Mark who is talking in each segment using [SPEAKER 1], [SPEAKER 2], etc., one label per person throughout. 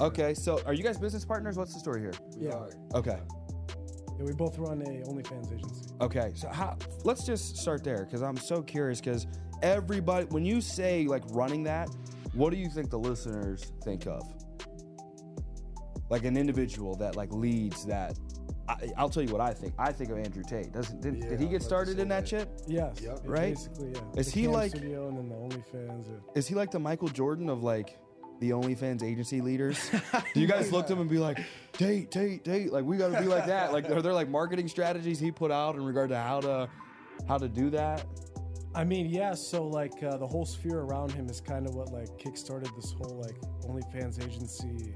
[SPEAKER 1] Okay, so are you guys business partners? What's the story here?
[SPEAKER 2] Yeah.
[SPEAKER 1] Okay,
[SPEAKER 2] Yeah, we both run a OnlyFans agency.
[SPEAKER 1] okay. So how, let's just start there because I'm so curious. Because everybody, when you say like running that, what do you think the listeners think of? Like an individual that like leads that. I, I'll tell you what I think. I think of Andrew Tate. Doesn't did,
[SPEAKER 3] Yeah,
[SPEAKER 1] did he
[SPEAKER 3] I
[SPEAKER 1] get
[SPEAKER 3] was about to
[SPEAKER 1] started
[SPEAKER 3] say
[SPEAKER 1] in that
[SPEAKER 3] that.
[SPEAKER 1] shit?
[SPEAKER 2] Yes.
[SPEAKER 3] Yep.
[SPEAKER 2] it's
[SPEAKER 1] Right?
[SPEAKER 2] Basically, yeah.
[SPEAKER 1] Is
[SPEAKER 2] The
[SPEAKER 1] he
[SPEAKER 2] cam
[SPEAKER 1] like-
[SPEAKER 2] studio and then the OnlyFans? Or,
[SPEAKER 1] Is he like the Michael Jordan of like the OnlyFans agency leaders? Do you guys look to him and be like, date, date, date? Like we gotta be like that. Like are there like marketing strategies he put out in regard to how to how to do that?
[SPEAKER 2] I mean, yeah. So like uh, the whole sphere around him is kind of what like kickstarted this whole like OnlyFans agency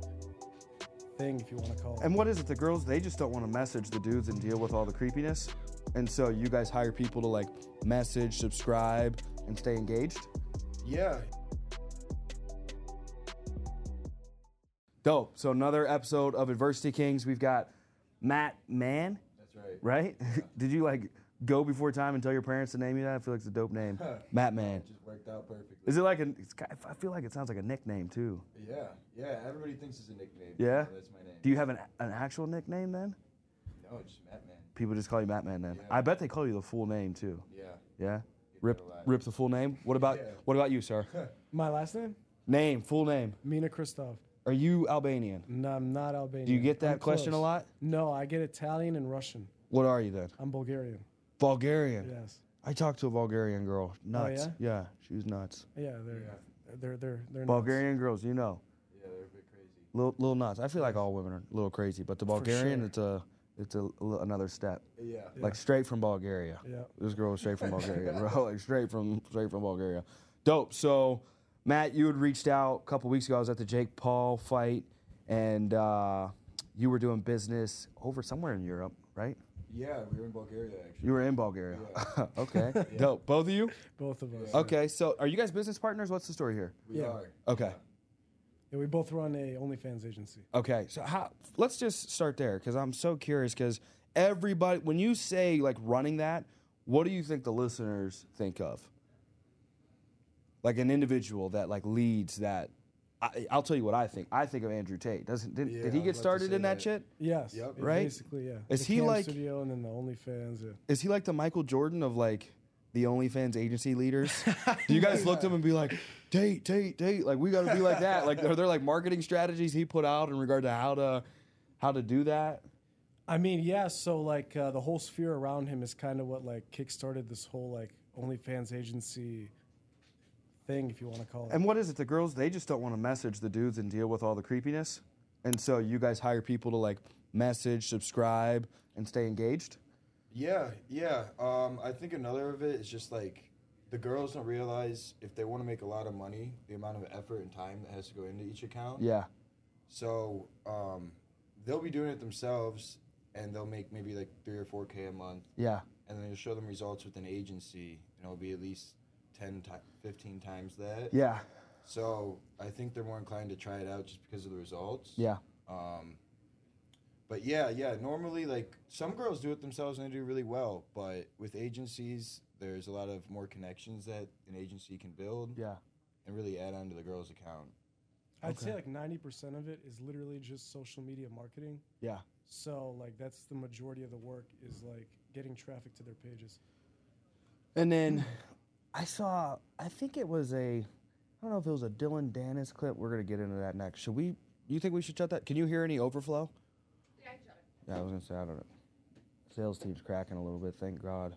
[SPEAKER 2] thing, if you want to call it.
[SPEAKER 1] And what is it? The girls they just don't want to message the dudes and deal with all the creepiness. And so you guys hire people to like message, subscribe, and stay engaged.
[SPEAKER 3] Yeah.
[SPEAKER 1] Dope. So another episode of Adversity Kings. We've got Matt Mann.
[SPEAKER 3] That's right.
[SPEAKER 1] right? Did you like go before time and tell your parents to name you that? I feel like it's a dope name, Matt Man.
[SPEAKER 3] Just worked out perfectly.
[SPEAKER 1] Is it like an? It's, ki- I feel like it sounds like a nickname too.
[SPEAKER 3] Yeah. Yeah. Everybody thinks it's a nickname.
[SPEAKER 1] Yeah?
[SPEAKER 3] So that's my name.
[SPEAKER 1] Do you have an, an actual nickname then?
[SPEAKER 3] no, it's just Matt Man.
[SPEAKER 1] People just call you Matt Man then.
[SPEAKER 3] Yeah.
[SPEAKER 1] I bet they call you the full name too.
[SPEAKER 3] Yeah.
[SPEAKER 1] Yeah.
[SPEAKER 3] Get
[SPEAKER 1] Rip,
[SPEAKER 3] that a lot.
[SPEAKER 1] rip the full name. What about
[SPEAKER 3] Yeah.
[SPEAKER 1] what about you, sir?
[SPEAKER 2] My last name?
[SPEAKER 1] name, full name.
[SPEAKER 2] Mina Kristoff.
[SPEAKER 1] Are you Albanian?
[SPEAKER 2] No, I'm not Albanian.
[SPEAKER 1] Do you get that
[SPEAKER 2] I'm
[SPEAKER 1] question a
[SPEAKER 2] close.
[SPEAKER 1] lot?
[SPEAKER 2] No, I get Italian and Russian.
[SPEAKER 1] What are you then?
[SPEAKER 2] I'm Bulgarian.
[SPEAKER 1] Bulgarian.
[SPEAKER 2] Yes.
[SPEAKER 1] I talked to a Bulgarian
[SPEAKER 3] Oh,
[SPEAKER 1] girl. Nuts. yeah? she was nuts.
[SPEAKER 2] Yeah, they're they're they're they're nuts.
[SPEAKER 1] Bulgarian girls, you know.
[SPEAKER 3] Yeah, they're a bit crazy.
[SPEAKER 1] little, little nuts. I feel like all women are a little crazy, but the Bulgarian,
[SPEAKER 2] sure.
[SPEAKER 1] it's a, it's a l- another step.
[SPEAKER 3] Yeah.
[SPEAKER 1] Like straight from Bulgaria.
[SPEAKER 2] Yeah.
[SPEAKER 1] This girl was straight from Bulgaria, bro. Like straight from straight from Bulgaria. Dope. So, Matt, you had reached out a couple weeks ago. I was at the Jake Paul fight, and uh, you were doing business over somewhere in Europe, right?
[SPEAKER 3] Yeah, we were in Bulgaria actually.
[SPEAKER 1] You were in Bulgaria. okay. Dope. Both of you.
[SPEAKER 2] Both of us.
[SPEAKER 1] Okay. So, are you guys business partners? What's the story here?
[SPEAKER 3] We
[SPEAKER 2] Yeah.
[SPEAKER 3] are.
[SPEAKER 1] Okay.
[SPEAKER 2] Yeah, we both run a OnlyFans agency.
[SPEAKER 1] Okay, so how, let's just start there because I'm so curious. Because everybody, when you say like running that, what do you think the listeners think of? Like an individual that like leads that. I, I'll tell you what I think. I think of Andrew Tate. Doesn't did,
[SPEAKER 3] Yeah,
[SPEAKER 1] did
[SPEAKER 3] I
[SPEAKER 1] he
[SPEAKER 3] was
[SPEAKER 1] get
[SPEAKER 3] about to
[SPEAKER 1] started
[SPEAKER 3] say
[SPEAKER 1] in that,
[SPEAKER 3] that.
[SPEAKER 1] shit?
[SPEAKER 2] Yes.
[SPEAKER 3] Yep.
[SPEAKER 2] it-
[SPEAKER 1] Right?
[SPEAKER 2] Basically, yeah.
[SPEAKER 1] Is
[SPEAKER 2] The
[SPEAKER 1] he
[SPEAKER 2] cam
[SPEAKER 1] like-
[SPEAKER 2] studio and then the OnlyFans? Yeah.
[SPEAKER 1] Is he like the Michael Jordan of like the OnlyFans agency leaders? Do you guys look to him and be like, Tate, Tate, Tate? Like we got to be like that. Like are there like marketing strategies he put out in regard to how to how to do that?
[SPEAKER 2] I mean, yeah. So like uh, the whole sphere around him is kind of what like kickstarted this whole like OnlyFans agency thing, if you want to call it.
[SPEAKER 1] And what is it? The girls they just don't want to message the dudes and deal with all the creepiness. And so you guys hire people to like message, subscribe, and stay engaged.
[SPEAKER 3] Yeah, yeah. Um, I think another of it is just like the girls don't realize if they want to make a lot of money, the amount of effort and time that has to go into each account.
[SPEAKER 1] Yeah.
[SPEAKER 3] So um, they'll be doing it themselves, and they'll make maybe like three or four k a month,
[SPEAKER 1] Yeah.
[SPEAKER 3] and then you'll show them results with an agency, and it'll be at least 10 ti 15 times that.
[SPEAKER 1] Yeah.
[SPEAKER 3] So I think they're more inclined to try it out just because of the results.
[SPEAKER 1] Yeah.
[SPEAKER 3] Um, but yeah, yeah. Normally, like some girls do it themselves and they do really well. But with agencies, there's a lot of more connections that an agency can build
[SPEAKER 1] Yeah.
[SPEAKER 3] and really add on to the girl's account.
[SPEAKER 2] I'd say like ninety percent of it is literally just social media marketing.
[SPEAKER 1] Yeah.
[SPEAKER 2] So like that's the majority of the work is like getting traffic to their pages.
[SPEAKER 1] And then I saw, I think it was a, I don't know if it was a Dylan Dennis clip. We're gonna get into that next. Should we? You think we should shut that? Can you hear any overflow? Yeah, I was gonna say I don't know. Sales team's cracking a little bit. Thank God.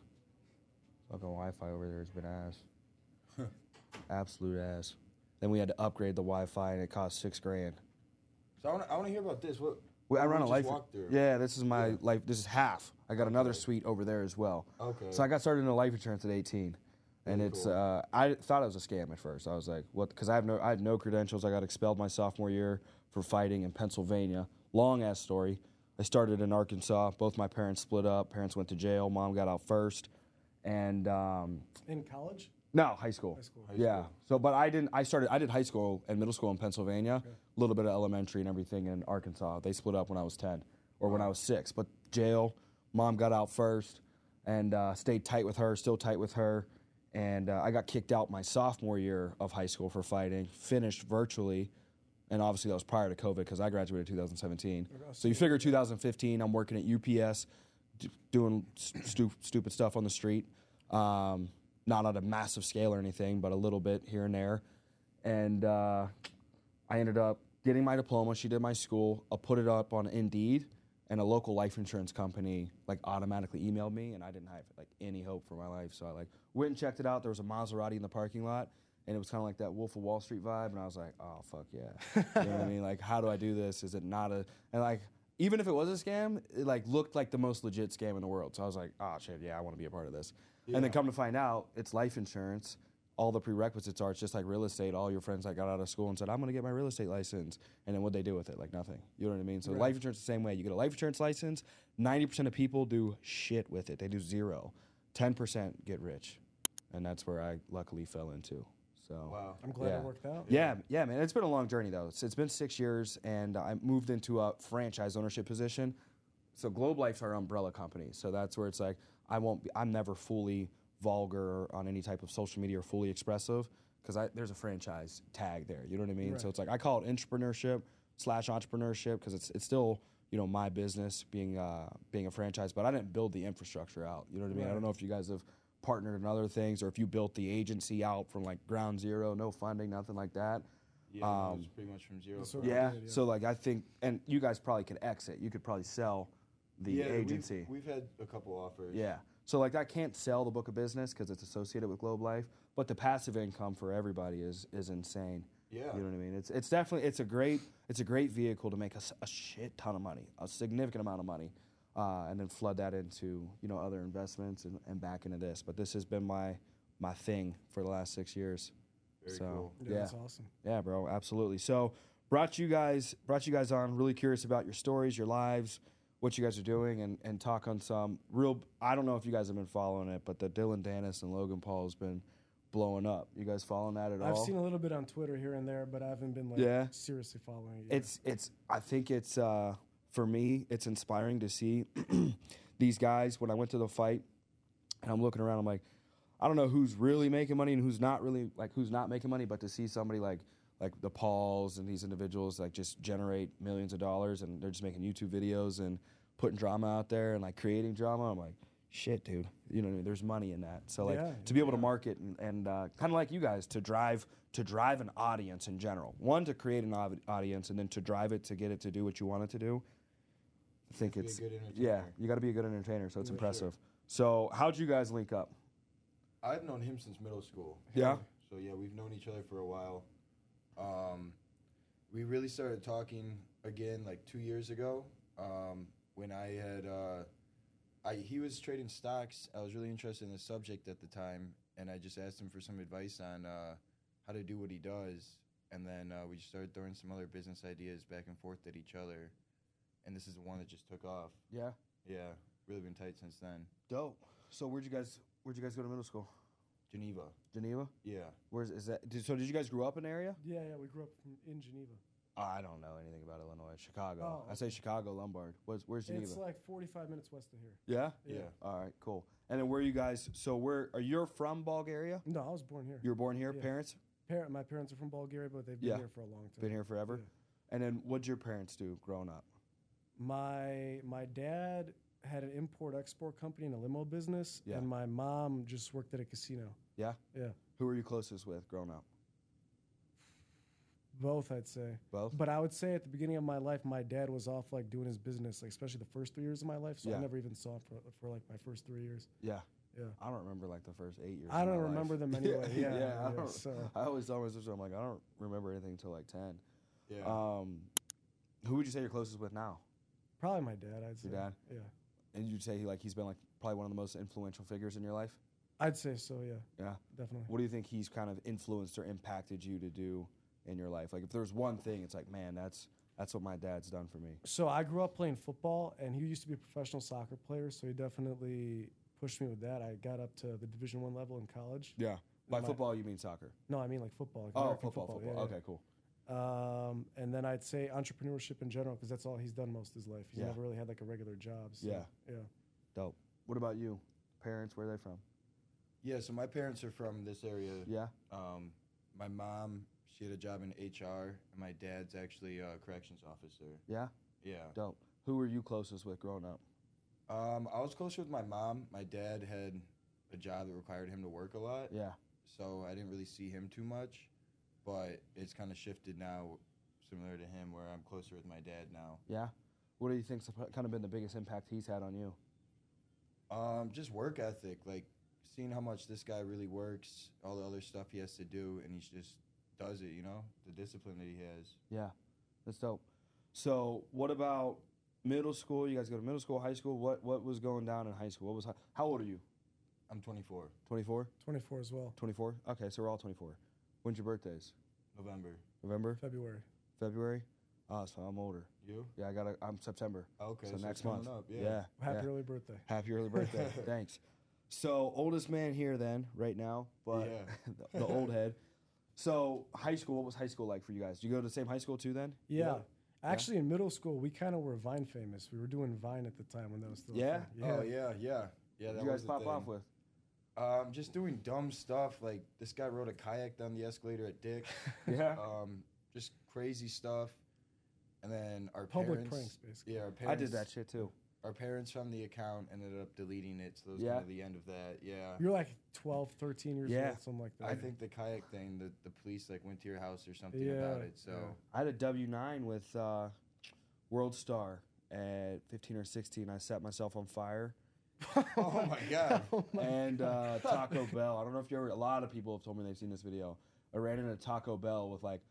[SPEAKER 1] Fucking Wi-Fi over there has been ass. Absolute ass. Then we had to upgrade the Wi-Fi and it cost six grand.
[SPEAKER 3] So I want to I wanna hear about this. What?
[SPEAKER 1] We, I
[SPEAKER 3] what
[SPEAKER 1] run a
[SPEAKER 3] just
[SPEAKER 1] life.
[SPEAKER 3] walked through.
[SPEAKER 1] Yeah, this is my life. This is half. I got another suite over there as well.
[SPEAKER 3] Okay.
[SPEAKER 1] So I got started in life insurance at 18, and
[SPEAKER 3] Very
[SPEAKER 1] it's
[SPEAKER 3] cool.
[SPEAKER 1] uh, I thought it was a scam at first. I was like, what? Because I have no I had no credentials. I got expelled my sophomore year for fighting in Pennsylvania. Long ass story. I started in Arkansas. Both my parents split up. Parents went to jail. Mom got out first, and um,
[SPEAKER 2] In college,
[SPEAKER 1] no, high school.
[SPEAKER 2] High school.
[SPEAKER 1] yeah. So, but I didn't. I started. I did high school and middle school in Pennsylvania. A little bit of elementary and everything in Arkansas. They split up when I was ten or when I was six. But jail. Mom got out first, and uh, stayed tight with her. Still tight with her. And uh, I got kicked out my sophomore year of high school for fighting. Finished virtually, and obviously that was prior to COVID because I graduated 2017.
[SPEAKER 2] Okay,
[SPEAKER 1] So you figure 2015, I'm working at UPS, d- doing stu- stupid stuff on the street, um, not on a massive scale or anything, but a little bit here and there. And uh, I ended up getting my diploma. She did my school. I put it up on Indeed, and a local life insurance company like automatically emailed me, and I didn't have like any hope for my life. So I like went and checked it out. There was a Maserati in the parking lot, and it was kind of like that Wolf of Wall Street vibe. And I was like, oh fuck yeah, you know what I mean? Like, how do I do this? Is it not a and like even if it was a scam, it like looked like the most legit scam in the world. So I was like, oh shit, yeah, I want to be a part of this. And then come to find out, it's life insurance all the prerequisites are. It's just like real estate. All your friends that got out of school and said, "I'm going to get my real estate license," and then what they do with it, like nothing. You know what I mean? So life insurance the same way. You get a life insurance license. Ninety percent of people do shit with it. They do zero. Ten percent get rich, and that's where I luckily fell into. So
[SPEAKER 3] Wow.
[SPEAKER 2] I'm glad
[SPEAKER 1] Yeah.
[SPEAKER 2] it worked out.
[SPEAKER 1] yeah, yeah, man. It's been a long journey though. It's, it's been six years, and I moved into a franchise ownership position. So Globe Life's our umbrella company. So that's where it's like I won't. Be, I'm never fully vulgar on any type of social media or fully expressive because there's a franchise tag there. You know what I mean? So it's like I call it entrepreneurship slash entrepreneurship because it's it's still you know my business being uh, being a franchise, but I didn't build the infrastructure out. You know what I mean? I don't know if you guys have partnered in other things or if you built the agency out from like ground zero, no funding, nothing like that.
[SPEAKER 3] Yeah, no, it was pretty much from zero.
[SPEAKER 2] So-
[SPEAKER 3] for-
[SPEAKER 2] Yeah.
[SPEAKER 1] Um, Yeah. So like I think and you guys probably could exit. You could probably sell the
[SPEAKER 3] yeah, we've-
[SPEAKER 1] agency.
[SPEAKER 3] We've, had a couple offers.
[SPEAKER 1] Yeah. So like I can't sell the book of business because it's associated with Globe Life, but the passive income for everybody is is insane.
[SPEAKER 3] Yeah.
[SPEAKER 1] You know what I mean? It's it's definitely it's a great it's a great vehicle to make us a shit ton of money, a significant amount of money, uh, and then flood that into you know other investments and, and back into this. But this has been my my thing for the last six years.
[SPEAKER 3] Very
[SPEAKER 1] so
[SPEAKER 3] cool.
[SPEAKER 2] Yeah, that's awesome.
[SPEAKER 1] yeah, bro, absolutely. So brought you guys brought you guys on. Really curious about your stories, your lives, what you guys are doing, and and talk on some real. I don't know if you guys have been following it, but the Dylan Dennis and Logan Paul has been blowing up. You guys following that at
[SPEAKER 2] I've
[SPEAKER 1] all?
[SPEAKER 2] seen a little bit on Twitter here and there, but I haven't been like
[SPEAKER 1] Yeah.
[SPEAKER 2] seriously following it. yet.
[SPEAKER 1] it's it's i think it's uh for me it's inspiring to see these guys when i went to the fight and i'm looking around i'm like i don't know who's really making money and who's not really like who's not making money but to see somebody like like the pauls and these individuals like just generate millions of dollars and they're just making youtube videos and putting drama out there and like creating drama i'm like shit dude you know what I mean? there's money in that so like
[SPEAKER 2] Yeah,
[SPEAKER 1] to be able to market and, and uh, kind of like you guys to drive to drive an audience in general one to create an ob- audience and then to drive it to get it to do what you want it to do i think
[SPEAKER 3] Be a
[SPEAKER 1] it's
[SPEAKER 3] good
[SPEAKER 1] yeah
[SPEAKER 3] entertainer.
[SPEAKER 1] you got to be a good entertainer so it's impressive so how'd you guys link up
[SPEAKER 3] I've known him since middle school.
[SPEAKER 1] Yeah.
[SPEAKER 3] So yeah, we've known each other for a while. Um, we really started talking again like two years ago um, when I had uh, I he was trading stocks. I was really interested in the subject at the time, and I just asked him for some advice on uh, how to do what he does. And then uh, we just started throwing some other business ideas back and forth at each other, and this is the one that just took off.
[SPEAKER 1] yeah
[SPEAKER 3] Yeah, really been tight since then.
[SPEAKER 1] dope so where'd you guys where'd you guys go to middle school
[SPEAKER 3] Geneva.
[SPEAKER 1] geneva
[SPEAKER 3] Yeah.
[SPEAKER 1] where's is that did, so did you guys grow up in the area
[SPEAKER 2] yeah, yeah. We grew up in, in Geneva.
[SPEAKER 1] Uh, i don't know anything about illinois chicago
[SPEAKER 2] Oh,
[SPEAKER 1] i say chicago lombard where's, where's geneva
[SPEAKER 2] It's like 45 minutes west of here.
[SPEAKER 1] yeah
[SPEAKER 2] Yeah.
[SPEAKER 3] Yeah.
[SPEAKER 1] all right cool and then where you guys so where are you from bulgaria
[SPEAKER 2] No, I was born here.
[SPEAKER 1] You were born here,
[SPEAKER 2] Yeah.
[SPEAKER 1] parents?
[SPEAKER 2] Parent, my parents are from Bulgaria, but they've been
[SPEAKER 1] Yeah.
[SPEAKER 2] here for a long time.
[SPEAKER 1] Been here forever? And then what'd your parents do growing up?
[SPEAKER 2] My my dad had an import export company and a limo business,
[SPEAKER 1] Yeah.
[SPEAKER 2] and my mom just worked at a casino.
[SPEAKER 1] Yeah?
[SPEAKER 2] Yeah,
[SPEAKER 1] Who were you closest with growing up?
[SPEAKER 2] both I'd say.
[SPEAKER 1] Both?
[SPEAKER 2] But I would say at the beginning of my life, my dad was off like doing his business, like especially the first three years of my life. So
[SPEAKER 1] Yeah.
[SPEAKER 2] I never even saw him for, for like my first three years.
[SPEAKER 1] Yeah.
[SPEAKER 2] Yeah.
[SPEAKER 1] I don't remember like the first eight years.
[SPEAKER 2] I
[SPEAKER 1] of my
[SPEAKER 2] don't
[SPEAKER 1] life.
[SPEAKER 2] remember them anyway. Yeah,
[SPEAKER 1] yeah. I,
[SPEAKER 2] yeah,
[SPEAKER 1] don't,
[SPEAKER 2] so-
[SPEAKER 1] I always tell my sister, I'm like, I don't remember anything until like 10.
[SPEAKER 3] Yeah.
[SPEAKER 1] Um, who would you say you're closest with now?
[SPEAKER 2] Probably my dad. I'd say.
[SPEAKER 1] Your dad?
[SPEAKER 2] Yeah,
[SPEAKER 1] And you'd say he, like he's been like probably one of the most influential figures in your life?
[SPEAKER 2] I'd say so. Yeah,
[SPEAKER 1] Yeah.
[SPEAKER 2] definitely.
[SPEAKER 1] What do you think he's kind of influenced or impacted you to do in your life? Like if there's one thing, it's like, man, that's that's what my dad's done for me.
[SPEAKER 2] So I grew up playing football, and he used to be a professional soccer player. So he definitely pushed me with that. I got up to the Division One level in college.
[SPEAKER 1] Yeah. By
[SPEAKER 2] My-
[SPEAKER 1] football, you mean soccer?
[SPEAKER 2] No, I mean like football. Like
[SPEAKER 1] Oh,
[SPEAKER 2] American
[SPEAKER 1] football, football.
[SPEAKER 2] yeah, yeah.
[SPEAKER 1] Okay, cool.
[SPEAKER 2] Um, and then I'd say entrepreneurship in general because that's all he's done most of his life. He's
[SPEAKER 1] Yeah.
[SPEAKER 2] never really had like a regular job. So,
[SPEAKER 1] Yeah.
[SPEAKER 2] yeah.
[SPEAKER 1] Dope. What about you? Parents, where are they from?
[SPEAKER 3] Yeah, so my parents are from this area.
[SPEAKER 1] Yeah.
[SPEAKER 3] Um, my mom, She had a job in HR, and my dad's actually a corrections officer.
[SPEAKER 1] Yeah,
[SPEAKER 3] Yeah.
[SPEAKER 1] dope. Who were you closest with growing up?
[SPEAKER 3] Um, I was closer with my mom. My dad had a job that required him to work a lot,
[SPEAKER 1] Yeah,
[SPEAKER 3] so I didn't really see him too much. But it's kind of shifted now, similar to him, where I'm closer with my dad now.
[SPEAKER 1] yeah. What do you think's kind of been the biggest impact he's had on you?
[SPEAKER 3] Um, just work ethic, like seeing how much this guy really works, all the other stuff he has to do, and he just does it. You know, the discipline that he has.
[SPEAKER 1] Yeah, that's dope. So, what about middle school? You guys go to middle school, high school. What what was going down in high school? What was high, how old are you?
[SPEAKER 3] I'm 24,
[SPEAKER 1] 24?
[SPEAKER 2] 24 as well.
[SPEAKER 1] 24? Okay, so we're all 24. When's your birthdays?
[SPEAKER 3] November.
[SPEAKER 1] November,
[SPEAKER 2] February.
[SPEAKER 1] February. Oh, so I'm older.
[SPEAKER 3] You? Oh,
[SPEAKER 1] Yeah, I got. to I'm September.
[SPEAKER 3] Okay.
[SPEAKER 1] so,
[SPEAKER 3] it's
[SPEAKER 1] next
[SPEAKER 3] coming
[SPEAKER 1] month.
[SPEAKER 3] Up,
[SPEAKER 1] yeah.
[SPEAKER 3] yeah.
[SPEAKER 2] Happy
[SPEAKER 1] yeah.
[SPEAKER 2] early birthday.
[SPEAKER 1] Happy early birthday. Thanks. So oldest man here then, right now, but
[SPEAKER 3] Yeah.
[SPEAKER 1] the, the old head. So high school, what was high school like for you guys? Did you go to the same high school too then?
[SPEAKER 2] Yeah.
[SPEAKER 3] Yeah.
[SPEAKER 2] Actually, in middle school, we kind of were Vine famous. We were doing Vine at the time when that was still. a
[SPEAKER 1] Yeah?
[SPEAKER 2] thing.
[SPEAKER 3] Oh yeah, yeah, yeah.
[SPEAKER 1] What
[SPEAKER 3] That
[SPEAKER 1] did you
[SPEAKER 3] was
[SPEAKER 1] guys
[SPEAKER 3] a
[SPEAKER 1] pop
[SPEAKER 3] thing.
[SPEAKER 1] off with?
[SPEAKER 3] Um, just doing dumb stuff. Like this guy rode a kayak down the escalator at Dick.
[SPEAKER 1] Yeah.
[SPEAKER 3] um, just crazy stuff. And then our
[SPEAKER 2] Public
[SPEAKER 3] parents,
[SPEAKER 2] pranks, basically.
[SPEAKER 3] yeah, our parents.
[SPEAKER 1] I did that shit too.
[SPEAKER 3] Our parents found the account and ended up deleting it. So that was
[SPEAKER 1] Yeah.
[SPEAKER 3] kind of the end of that. Yeah.
[SPEAKER 2] You're like 12, 13 years
[SPEAKER 1] Yeah.
[SPEAKER 2] old, something like that.
[SPEAKER 3] I think the kayak thing, the, the police like went to your house or something
[SPEAKER 2] Yeah,
[SPEAKER 3] about it. So
[SPEAKER 2] yeah.
[SPEAKER 1] I had a W nine with uh, World Star at 15 or 16. I set myself on fire
[SPEAKER 3] Oh my God.
[SPEAKER 2] Oh my
[SPEAKER 1] and
[SPEAKER 2] God.
[SPEAKER 1] uh, Taco Bell. I don't know if you ever. A lot of people have told me they've seen this video. I ran into Taco Bell with like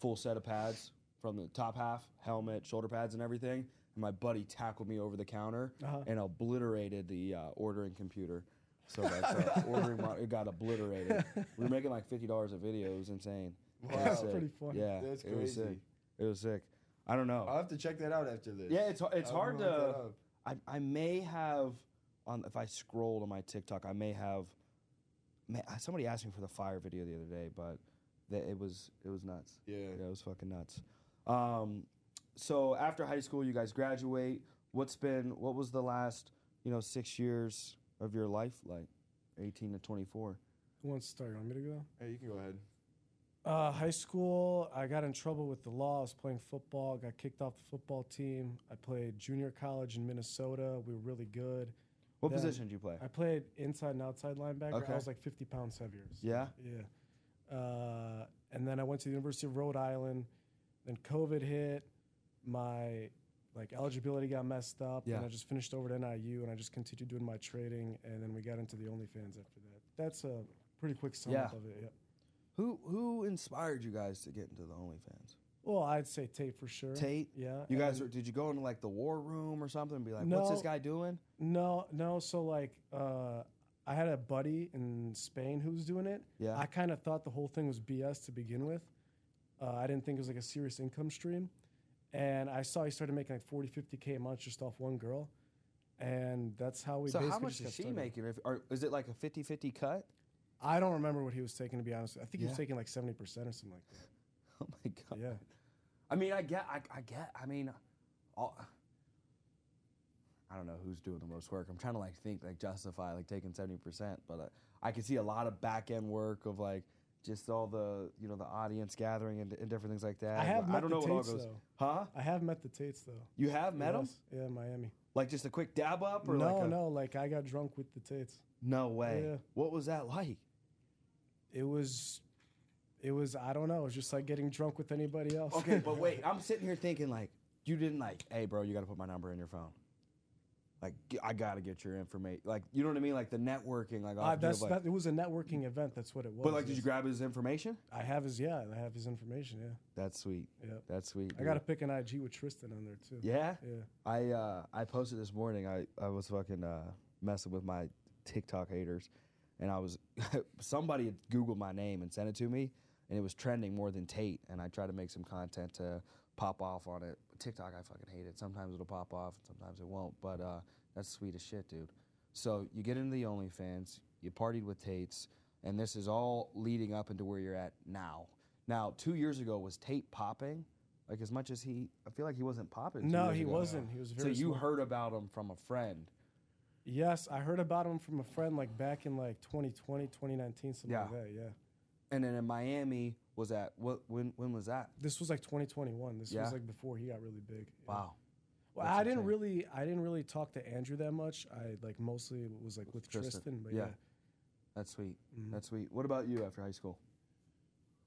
[SPEAKER 1] full set of pads from the top half, helmet, shoulder pads, and everything. And my buddy tackled me over the counter
[SPEAKER 2] Uh-huh.
[SPEAKER 1] and obliterated the uh, ordering computer. So that's uh, ordering. mo- It got obliterated. We were making like fifty dollars a video. It was insane. It was
[SPEAKER 3] Wow. That's
[SPEAKER 1] sick.
[SPEAKER 2] pretty funny.
[SPEAKER 1] Yeah,
[SPEAKER 3] That's
[SPEAKER 1] it was sick.
[SPEAKER 3] crazy.
[SPEAKER 1] It was sick. I don't know.
[SPEAKER 3] I'll have to check that out after this.
[SPEAKER 1] Yeah, it's it's
[SPEAKER 3] I'll
[SPEAKER 1] hard
[SPEAKER 3] look that
[SPEAKER 1] to.
[SPEAKER 3] up.
[SPEAKER 1] I, I may have on if I scroll to my TikTok, I may have. ma- Somebody asked me for the fire video the other day, but th- it was it was nuts.
[SPEAKER 3] Yeah.
[SPEAKER 1] Yeah, it was fucking nuts. Um, so after high school, you guys graduate. What's been what was the last you know six years of your life like, eighteen to twenty four?
[SPEAKER 2] Who wants to start? You want me to go?
[SPEAKER 3] Hey, you can go ahead.
[SPEAKER 2] Uh, high school, I got in trouble with the law. I was playing football, got kicked off the football team. I played junior college in Minnesota. We were really good.
[SPEAKER 1] What
[SPEAKER 2] Yeah.
[SPEAKER 1] position did you play?
[SPEAKER 2] I played inside and outside linebacker.
[SPEAKER 1] Okay.
[SPEAKER 2] I was like 50 pounds heavier. so-
[SPEAKER 1] yeah,
[SPEAKER 2] Yeah. Uh, and then I went to the University of Rhode Island. Then COVID hit. My like eligibility got messed up.
[SPEAKER 1] Yeah.
[SPEAKER 2] And I just finished over at NIU and I just continued doing my trading. And then we got into the OnlyFans after that. That's a pretty quick sum up
[SPEAKER 1] Yeah.
[SPEAKER 2] of it. Yeah.
[SPEAKER 1] who who inspired you guys to get into the OnlyFans?
[SPEAKER 2] Well, I'd say Tate for sure.
[SPEAKER 1] Tate,
[SPEAKER 2] Yeah.
[SPEAKER 1] you guys
[SPEAKER 2] and-
[SPEAKER 1] were, did you go into like the war room or something and be like, what's
[SPEAKER 2] No.
[SPEAKER 1] this guy doing?
[SPEAKER 2] No, no. So like, uh, I had a buddy in Spain who was doing it.
[SPEAKER 1] Yeah.
[SPEAKER 2] I kind of thought the whole thing was BS to begin with. Uh, I didn't think it was like a serious income stream, and I saw he started making like 40, 50 k a month just off one girl, and that's how we.
[SPEAKER 1] So
[SPEAKER 2] basically
[SPEAKER 1] how much
[SPEAKER 2] just
[SPEAKER 1] is
[SPEAKER 2] got
[SPEAKER 1] she
[SPEAKER 2] started.
[SPEAKER 1] making? If, or is it like a 50-50 cut?
[SPEAKER 2] I don't remember what he was taking to be honest. I think he
[SPEAKER 1] Yeah.
[SPEAKER 2] was taking like seventy percent or something like that.
[SPEAKER 1] Oh my god!
[SPEAKER 2] Yeah.
[SPEAKER 1] I mean, I get, I, I get. I mean, all, I don't know who's doing the most work. I'm trying to like think, like justify, like taking seventy percent, but uh, I can see a lot of back end work of like just all the you know the audience gathering and, and different things like that.
[SPEAKER 2] I have
[SPEAKER 1] I
[SPEAKER 2] met
[SPEAKER 1] don't
[SPEAKER 2] the
[SPEAKER 1] know what
[SPEAKER 2] Tates
[SPEAKER 1] all goes.
[SPEAKER 2] though.
[SPEAKER 1] Huh?
[SPEAKER 2] I have met the Tates though.
[SPEAKER 1] You have met him?
[SPEAKER 2] Yes. Yeah, Miami.
[SPEAKER 1] Like just a quick dab up or
[SPEAKER 2] No,
[SPEAKER 1] like a,
[SPEAKER 2] no. Like I got drunk with the Tates.
[SPEAKER 1] no way.
[SPEAKER 2] Yeah.
[SPEAKER 1] What was that like?
[SPEAKER 2] it was it was I don't know, it was just like getting drunk with anybody else.
[SPEAKER 1] Okay, but wait, I'm sitting here thinking like you didn't like, hey bro, you got to put my number in your phone. Like g- I got to get your information. Like you know what I mean? Like the networking, like,
[SPEAKER 2] Uh,
[SPEAKER 1] off
[SPEAKER 2] that's
[SPEAKER 1] that's,
[SPEAKER 2] that, it was a networking event. That's what it was.
[SPEAKER 1] But like, did you
[SPEAKER 2] yes.
[SPEAKER 1] grab his information?
[SPEAKER 2] I have his yeah. I have his information. Yeah,
[SPEAKER 1] That's sweet.
[SPEAKER 2] yeah.
[SPEAKER 1] That's sweet.
[SPEAKER 2] I
[SPEAKER 1] dude.
[SPEAKER 2] got to pick an IG with Tristan on there too.
[SPEAKER 1] Yeah.
[SPEAKER 2] yeah.
[SPEAKER 1] I uh, I posted this morning. I I was fucking uh, messing with my TikTok haters, and I was somebody had Googled my name and sent it to me, and it was trending more than Tate. And I tried to make some content to pop off on it. TikTok, I fucking hate it. Sometimes it'll pop off, and sometimes it won't. But uh, that's sweet as shit, dude. So you get into the OnlyFans, you partied with Tate's, and this is all leading up into where you're at now. Now, two years ago, was Tate popping? Like as much as he, I feel like he wasn't popping. two
[SPEAKER 2] No,
[SPEAKER 1] years
[SPEAKER 2] he
[SPEAKER 1] ago.
[SPEAKER 2] wasn't. He was
[SPEAKER 1] So
[SPEAKER 2] very.
[SPEAKER 1] you
[SPEAKER 2] small.
[SPEAKER 1] heard about him from a friend.
[SPEAKER 2] Yes, I heard about him from a friend like back in like 2020, 2019, something like
[SPEAKER 1] Yeah.
[SPEAKER 2] that. Yeah.
[SPEAKER 1] And then in Miami, Was that what? When when was that?
[SPEAKER 2] This was like 2021. This
[SPEAKER 1] Yeah.
[SPEAKER 2] was like before he got really big. Yeah.
[SPEAKER 1] Wow.
[SPEAKER 2] Well,
[SPEAKER 1] That's
[SPEAKER 2] I didn't
[SPEAKER 1] insane.
[SPEAKER 2] really, I didn't really talk to Andrew that much. I like mostly was like with Tristan,
[SPEAKER 1] Tristan,
[SPEAKER 2] but yeah.
[SPEAKER 1] yeah. That's sweet.
[SPEAKER 2] Mhm.
[SPEAKER 1] That's sweet. What about you after high school?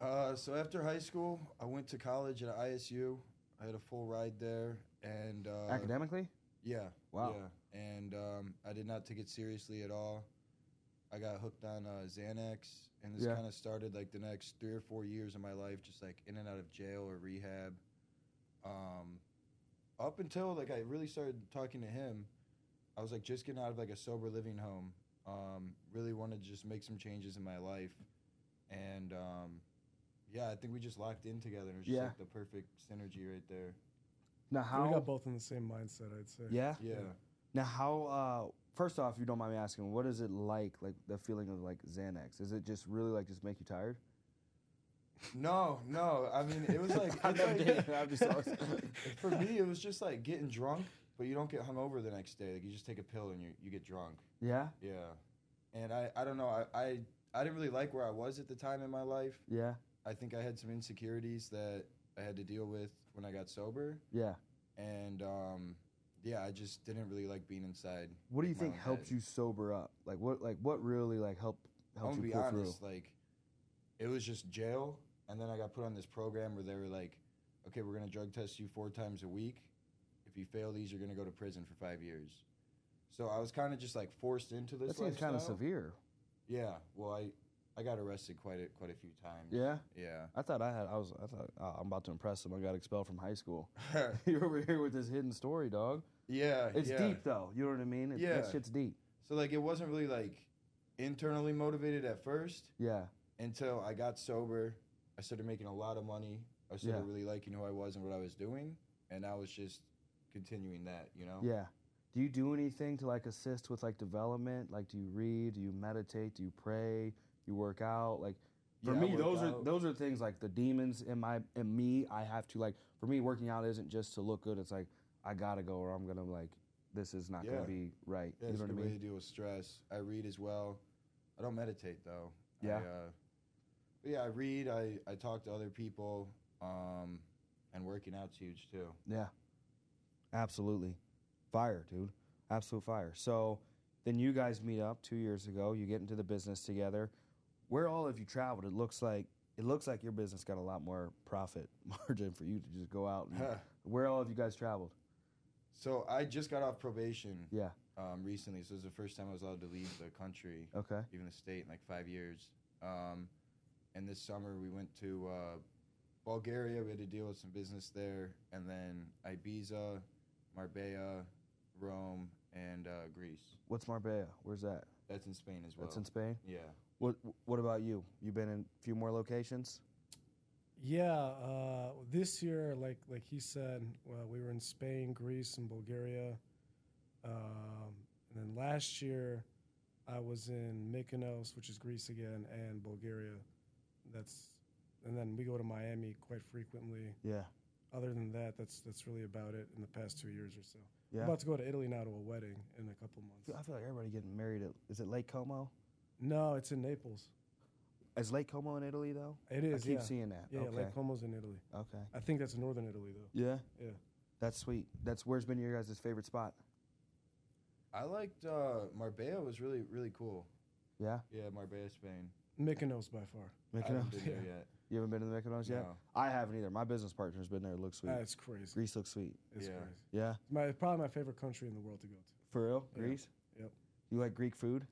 [SPEAKER 3] Uh, so after high school, I went to college at ISU. I had a full ride there, and uh,
[SPEAKER 1] Academically?
[SPEAKER 3] Yeah.
[SPEAKER 1] Wow.
[SPEAKER 3] Yeah. And um, I did not take it seriously at all. I got hooked on uh, Xanax, and this
[SPEAKER 1] Yeah.
[SPEAKER 3] kind of started like the next three or four years of my life, just like in and out of jail or rehab. Um, up until like I really started talking to him, I was like just getting out of like a sober living home. Um, really wanted to just make some changes in my life, and um, yeah, I think we just locked in together. and It was just
[SPEAKER 1] Yeah.
[SPEAKER 3] like the perfect synergy right there.
[SPEAKER 1] Now
[SPEAKER 2] We got
[SPEAKER 1] how?
[SPEAKER 2] both in the same mindset, I'd say.
[SPEAKER 1] Yeah.
[SPEAKER 3] Yeah.
[SPEAKER 1] Now how? Uh, first off, if you don't mind me asking, what is it like? Like the feeling of like Xanax? Is it just really like just make you tired?
[SPEAKER 3] No, no. I mean, it was like,
[SPEAKER 1] I'm
[SPEAKER 3] it's
[SPEAKER 1] not
[SPEAKER 3] like-
[SPEAKER 1] kidding. I'm just always-
[SPEAKER 3] for me, it was just like getting drunk, but you don't get hungover the next day. Like you just take a pill and you you get drunk.
[SPEAKER 1] Yeah.
[SPEAKER 3] Yeah. And I I don't know. I I, I didn't really like where I was at the time in my life.
[SPEAKER 1] Yeah.
[SPEAKER 3] I think I had some insecurities that I had to deal with when I got sober,
[SPEAKER 1] Yeah.
[SPEAKER 3] and um, yeah, I just didn't really like being inside.
[SPEAKER 1] What do you
[SPEAKER 3] with my
[SPEAKER 1] think
[SPEAKER 3] own head.
[SPEAKER 1] helped you sober up? Like what? Like what really like help helped
[SPEAKER 3] I'm
[SPEAKER 1] you
[SPEAKER 3] gonna be
[SPEAKER 1] pull
[SPEAKER 3] honest, like it was just jail, and then I got put on this program where they were like, "Okay, we're gonna drug test you four times a week. If you fail these, you're gonna go to prison for five years." So I was kind of just like forced into
[SPEAKER 1] through?
[SPEAKER 3] this.
[SPEAKER 1] That seems kind of
[SPEAKER 3] lifestyle.
[SPEAKER 1] severe.
[SPEAKER 3] Yeah. Well, I I got arrested quite a, quite a few times.
[SPEAKER 1] Yeah.
[SPEAKER 3] Yeah.
[SPEAKER 1] I thought I had. I was. I thought uh, I'm about to impress him. I got expelled from high school. You're over here with this hidden story, dog.
[SPEAKER 3] yeah.
[SPEAKER 1] It's
[SPEAKER 3] yeah.
[SPEAKER 1] deep though. You know what I mean? It's, That
[SPEAKER 3] Yeah.
[SPEAKER 1] shit's deep.
[SPEAKER 3] So like it wasn't really like internally motivated at first
[SPEAKER 1] Yeah.
[SPEAKER 3] until I got sober. I started making a lot of money. I started
[SPEAKER 1] Yeah.
[SPEAKER 3] really liking who I was and what I was doing, and I was just continuing that, you know.
[SPEAKER 1] Yeah. Do you do anything to like assist with like development? Like, do you read? Do you meditate? Do you pray? You work out? Like, for
[SPEAKER 3] Yeah, I
[SPEAKER 1] me,
[SPEAKER 3] work
[SPEAKER 1] those are
[SPEAKER 3] out.
[SPEAKER 1] those are things like the demons in my in me. I have to like for me, working out isn't just to look good. It's like I gotta go, or I'm gonna like this is not
[SPEAKER 3] Yeah.
[SPEAKER 1] gonna be right.
[SPEAKER 3] Yeah,
[SPEAKER 1] you
[SPEAKER 3] it's
[SPEAKER 1] know
[SPEAKER 3] a
[SPEAKER 1] what I
[SPEAKER 3] good way
[SPEAKER 1] mean?
[SPEAKER 3] to deal with stress. I read as well. I don't meditate though.
[SPEAKER 1] Yeah.
[SPEAKER 3] I, uh, but yeah, I read. I I talk to other people. Um, and working out's huge too.
[SPEAKER 1] Yeah, absolutely, fire, dude, absolute fire. So then you guys meet up two years ago. You get into the business together. Where all have you traveled? It looks like it looks like your business got a lot more profit margin for you to just go out. And where all have you guys traveled?
[SPEAKER 3] so I just got off probation
[SPEAKER 1] Yeah.
[SPEAKER 3] um, recently, so it was the first time I was allowed to leave the country.
[SPEAKER 1] Okay.
[SPEAKER 3] even the state in like five years. Um, and this summer we went to uh, Bulgaria. We had to deal with some business there, and then Ibiza, Marbella, Rome, and uh, Greece.
[SPEAKER 1] What's Marbella? Where's that?
[SPEAKER 3] That's in Spain as well.
[SPEAKER 1] That's in Spain.
[SPEAKER 3] yeah.
[SPEAKER 1] What What about you? You been in a few more locations?
[SPEAKER 2] Yeah, uh, this year, like like he said, well, we were in Spain, Greece, and Bulgaria, um, and then last year, I was in Mykonos, which is Greece again, and Bulgaria. That's and then we go to Miami quite frequently.
[SPEAKER 1] Yeah.
[SPEAKER 2] Other than that, that's that's really about it in the past two years or so.
[SPEAKER 1] Yeah.
[SPEAKER 2] I'm about to go to Italy now to a wedding in a couple months.
[SPEAKER 1] I feel like everybody getting married at is it Lake Como?
[SPEAKER 2] No, it's in Naples.
[SPEAKER 1] Is Lake Como in Italy though?
[SPEAKER 2] It is.
[SPEAKER 1] I keep
[SPEAKER 2] yeah.
[SPEAKER 1] seeing that.
[SPEAKER 2] Yeah,
[SPEAKER 1] okay.
[SPEAKER 2] Lake Como's in Italy.
[SPEAKER 1] okay.
[SPEAKER 2] I think that's northern Italy though.
[SPEAKER 1] Yeah.
[SPEAKER 2] Yeah.
[SPEAKER 1] That's sweet. That's where's been your guys' favorite spot?
[SPEAKER 3] I liked uh, Marbella. Was really really cool.
[SPEAKER 1] Yeah.
[SPEAKER 3] Yeah, Marbella, Spain.
[SPEAKER 2] Mykonos by far.
[SPEAKER 3] I haven't been there yet.
[SPEAKER 1] You haven't been to the Mykonos yet?
[SPEAKER 3] No.
[SPEAKER 1] I haven't either. My business partner's been there. It looks sweet.
[SPEAKER 2] That's crazy.
[SPEAKER 1] Greece looks sweet.
[SPEAKER 2] It's
[SPEAKER 3] Yeah.
[SPEAKER 2] crazy.
[SPEAKER 1] Yeah.
[SPEAKER 2] My probably my favorite country in the world to go to.
[SPEAKER 1] For real?
[SPEAKER 2] Yeah.
[SPEAKER 1] Greece?
[SPEAKER 2] Yep.
[SPEAKER 1] You like Greek food?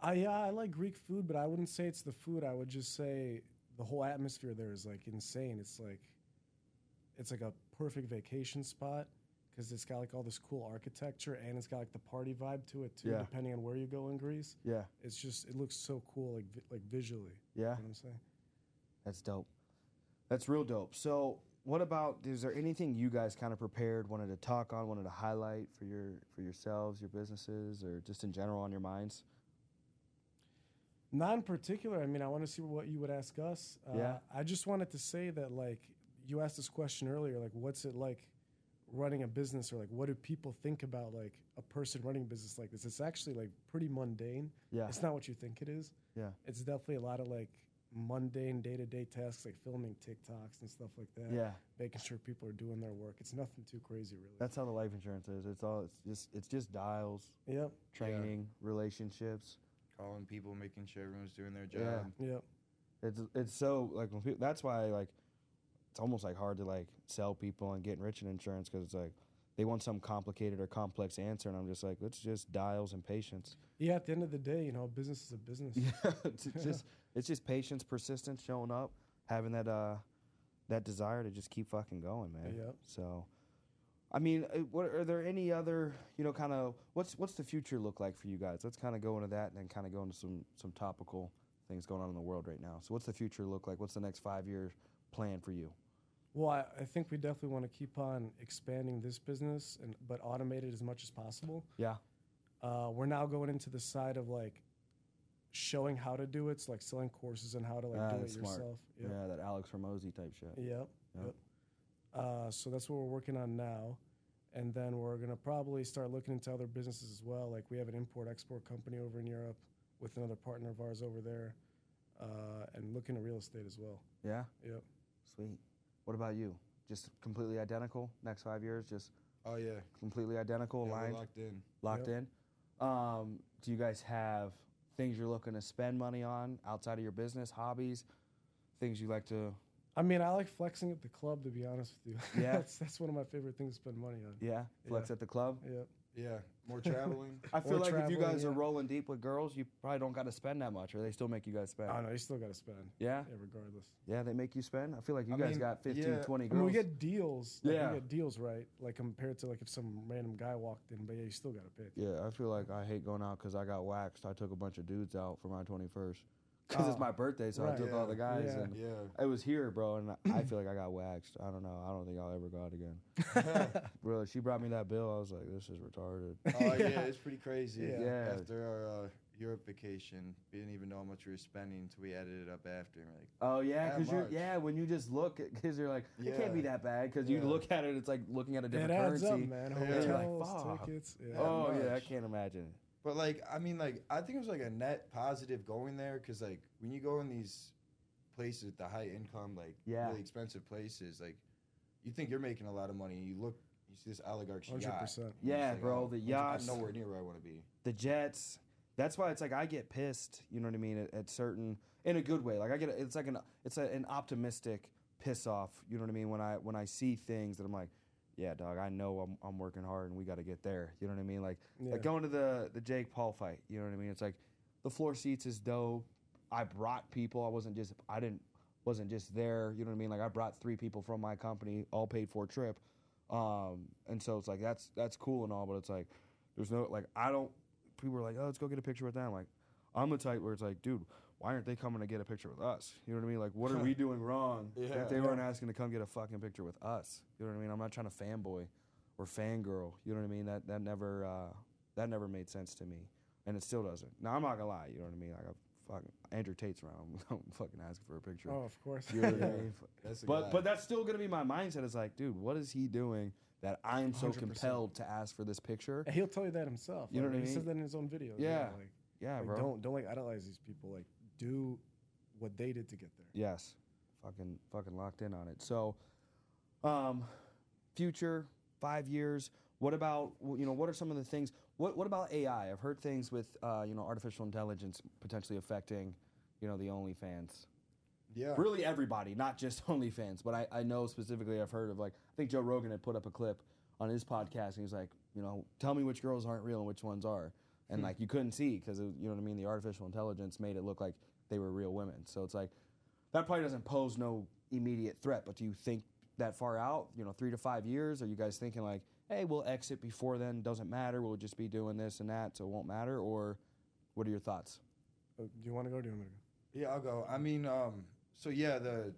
[SPEAKER 2] I yeah, I like Greek food, but I wouldn't say it's the food. I would just say the whole atmosphere there is like insane. It's like it's like a perfect vacation spot because it's got like all this cool architecture and it's got like the party vibe to it too.
[SPEAKER 1] Yeah.
[SPEAKER 2] Depending on where you go in Greece,
[SPEAKER 1] Yeah.
[SPEAKER 2] it's just it looks so cool like vi- like visually.
[SPEAKER 1] Yeah.
[SPEAKER 2] You know what I'm saying?
[SPEAKER 1] That's dope. That's real dope. So what about is there anything you guys kind of prepared, wanted to talk on, wanted to highlight for your for yourselves, your businesses, or just in general on your minds?
[SPEAKER 2] Not in particular. I mean, I want to see what you would ask us. Uh,
[SPEAKER 1] Yeah.
[SPEAKER 2] I just wanted to say that, like, you asked this question earlier, like, what's it like running a business, or like, what do people think about like a person running a business like this? It's actually like pretty mundane.
[SPEAKER 1] Yeah.
[SPEAKER 2] It's not what you think it is.
[SPEAKER 1] Yeah.
[SPEAKER 2] It's definitely a lot of like mundane day to day tasks like filming TikToks and stuff like that.
[SPEAKER 1] Yeah,
[SPEAKER 2] Making sure people are doing their work. It's nothing too crazy, really.
[SPEAKER 1] that's how the life insurance is. It's all it's just it's just dials,
[SPEAKER 2] Yep.
[SPEAKER 1] training, relationships.
[SPEAKER 3] calling people, making sure everyone's doing their job.
[SPEAKER 1] Yeah.
[SPEAKER 2] Yep.
[SPEAKER 1] It's it's so like when people, that's why like it's almost like hard to like sell people and get rich in insurance because it's like they want some complicated or complex answer, and I'm just like, it's just dials and patience.
[SPEAKER 2] Yeah. At the end of the day, you know, business is a business.
[SPEAKER 1] Yeah, it's it's just it's just patience, persistence, showing up, having that uh that desire to just keep fucking going, man.
[SPEAKER 2] Yep.
[SPEAKER 1] So, I mean, uh, what are there any other you know kind of what's what's the future look like for you guys? Let's kind of go into that and then kind of go into some some topical things going on in the world right now. So, what's the future look like? What's the next five year plan for you?
[SPEAKER 2] Well, I, I think we definitely want to keep on expanding this business, and but automate it as much as possible.
[SPEAKER 1] Yeah.
[SPEAKER 2] Uh, we're now going into the side of like showing how to do it, so like selling courses on how to like
[SPEAKER 1] Ah,
[SPEAKER 2] do it
[SPEAKER 1] that's smart.
[SPEAKER 2] yourself.
[SPEAKER 1] Yeah, that Alex Ramosi type shit.
[SPEAKER 2] Yep.
[SPEAKER 1] Yeah.
[SPEAKER 2] Yep. Uh, so that's what we're working on now. And then we're going to probably start looking into other businesses as well. Like we have an import export company over in Europe with another partner of ours over there uh, and look into real estate as well.
[SPEAKER 1] Yeah.
[SPEAKER 2] Yep.
[SPEAKER 1] Sweet. What about you? Just completely identical. Next five years, just
[SPEAKER 3] Oh yeah, yeah
[SPEAKER 1] completely identical,
[SPEAKER 3] we're
[SPEAKER 1] aligned.
[SPEAKER 3] locked in.
[SPEAKER 1] locked in. Um, do you guys have things you're looking to spend money on outside of your business, hobbies, things you like to?
[SPEAKER 2] I mean, I like flexing at the club, to be honest with you.
[SPEAKER 1] Yeah.
[SPEAKER 2] that's, that's one of my favorite things to spend money on.
[SPEAKER 1] Yeah, flex at the club.
[SPEAKER 2] Yep.
[SPEAKER 3] Yeah, more traveling.
[SPEAKER 1] I feel
[SPEAKER 2] Or
[SPEAKER 1] like if you
[SPEAKER 2] traveling,
[SPEAKER 1] guys
[SPEAKER 2] yeah.
[SPEAKER 1] are rolling deep with girls, you probably don't got to spend that much, or they still make you guys spend.
[SPEAKER 2] I don't know. You still got to spend.
[SPEAKER 1] Yeah,
[SPEAKER 2] Yeah, regardless.
[SPEAKER 1] yeah, they make you spend. I feel like you
[SPEAKER 3] I
[SPEAKER 1] guys
[SPEAKER 3] mean,
[SPEAKER 1] got 15,
[SPEAKER 3] yeah.
[SPEAKER 1] 20
[SPEAKER 2] I
[SPEAKER 1] girls.
[SPEAKER 2] mean, we get deals. Like,
[SPEAKER 1] Yeah.
[SPEAKER 2] We get deals, right? Like compared to like if some random guy walked in, but yeah, you still got to pay.
[SPEAKER 1] yeah, I feel like I hate going out because I got waxed. I took a bunch of dudes out for my 21st because
[SPEAKER 2] Oh,
[SPEAKER 1] it's my birthday, so I
[SPEAKER 2] right.
[SPEAKER 1] took all the guys.
[SPEAKER 2] Yeah.
[SPEAKER 1] and
[SPEAKER 3] yeah,
[SPEAKER 1] It was here, bro, and I feel like I got waxed. I don't know. I don't think I'll ever go out again. bro, she brought me that bill. I was like, this is retarded.
[SPEAKER 3] oh yeah, it's pretty crazy.
[SPEAKER 2] Yeah.
[SPEAKER 1] Yeah.
[SPEAKER 3] After our uh, Europe vacation, we didn't even know how much we were spending until we added it up after. and we're like,
[SPEAKER 1] Oh yeah,
[SPEAKER 3] That
[SPEAKER 1] because you're
[SPEAKER 3] much.
[SPEAKER 1] yeah. When you just look, because you're like, it can't be
[SPEAKER 3] Yeah.
[SPEAKER 1] that bad. Because you
[SPEAKER 3] Yeah.
[SPEAKER 1] look at it, it's like looking at a
[SPEAKER 2] It
[SPEAKER 1] different
[SPEAKER 2] adds
[SPEAKER 1] currency.
[SPEAKER 2] up, man.
[SPEAKER 3] Yeah. You're
[SPEAKER 2] Hotels,
[SPEAKER 3] like,
[SPEAKER 1] "Fuck."
[SPEAKER 2] tickets. Yeah.
[SPEAKER 3] That
[SPEAKER 1] oh yeah, I
[SPEAKER 3] much.
[SPEAKER 1] can't imagine.
[SPEAKER 3] But like, I mean, like, I think it was like a net positive going there because like when you go in these places with the high income, like
[SPEAKER 1] Yeah.
[SPEAKER 3] really expensive places, like you think you're making a lot of money. You look, you see this oligarch's
[SPEAKER 2] Hundred
[SPEAKER 3] yacht.
[SPEAKER 2] percent.
[SPEAKER 3] and you're
[SPEAKER 1] Yeah,
[SPEAKER 3] just like,
[SPEAKER 1] bro,
[SPEAKER 3] "Oh,
[SPEAKER 1] the
[SPEAKER 3] I'm just-
[SPEAKER 1] yachts."
[SPEAKER 3] I'm nowhere near where I want to be.
[SPEAKER 1] The Jets. That's why it's like I get pissed. You know what I mean? At, at certain, in a good way. Like I get it's like an it's a, an optimistic piss off. You know what I mean? When I when I see things that I'm like, yeah, dog, I know I'm I'm working hard and we got to get there. You know what I mean? Like
[SPEAKER 2] Yeah.
[SPEAKER 1] Like going to the the Jake Paul fight, you know what I mean? It's like the floor seats is dope. I brought people. I wasn't just I didn't wasn't just there. You know what I mean? Like I brought three people from my company, all paid for trip. Um, and so it's like that's that's cool and all, but it's like there's no like I don't. People are like, oh, let's go get a picture with them. Like I'm the type where it's like, dude, why aren't they coming to get a picture with us? You know what I mean? Like what are we doing wrong
[SPEAKER 3] Yeah.
[SPEAKER 1] that they weren't asking to come get a fucking picture with us? You know what I mean? I'm not trying to fanboy or fangirl. You know what I mean? That that never uh, that never made sense to me, and it still doesn't. Now I'm not gonna lie. You know what I mean? Like I fucking Andrew Tate's around. I'm fucking asking for a picture.
[SPEAKER 2] Oh, of course.
[SPEAKER 1] You know what I mean?
[SPEAKER 3] That's the
[SPEAKER 1] But
[SPEAKER 3] guy.
[SPEAKER 1] but that's still gonna be my mindset. It's like, dude, what is he doing that I'm so
[SPEAKER 2] 100%.
[SPEAKER 1] compelled to ask for this picture?
[SPEAKER 2] And He'll tell you that himself.
[SPEAKER 1] You know what
[SPEAKER 2] Like,
[SPEAKER 1] I
[SPEAKER 2] He says
[SPEAKER 1] mean?
[SPEAKER 2] that in his own videos.
[SPEAKER 1] Yeah.
[SPEAKER 2] like,
[SPEAKER 1] Yeah,
[SPEAKER 2] like,
[SPEAKER 1] bro.
[SPEAKER 2] don't don't like idolize these people. Like do what they did to get there.
[SPEAKER 1] Yes, fucking fucking locked in on it. So, um, future five years. What about w- you know? What are some of the things? What what about AI? I've heard things with uh, you know artificial intelligence potentially affecting you know the OnlyFans.
[SPEAKER 3] yeah,
[SPEAKER 1] Really everybody, not just OnlyFans. But I I know specifically I've heard of like I think Joe Rogan had put up a clip on his podcast and he was like you know tell me which girls aren't real and which ones are
[SPEAKER 3] Hmm.
[SPEAKER 1] and like you couldn't see because you know what I mean the artificial intelligence made it look like they were real women. So it's like that probably doesn't pose no immediate threat, but do you think that far out, you know, three to five years? Are you guys thinking like, hey, we'll exit before then, doesn't matter, we'll just be doing this and that, so it won't matter? Or what are your thoughts?
[SPEAKER 2] Uh, do you want to go? Or do you want me to go?
[SPEAKER 3] yeah, I'll go. I mean, um, so yeah, the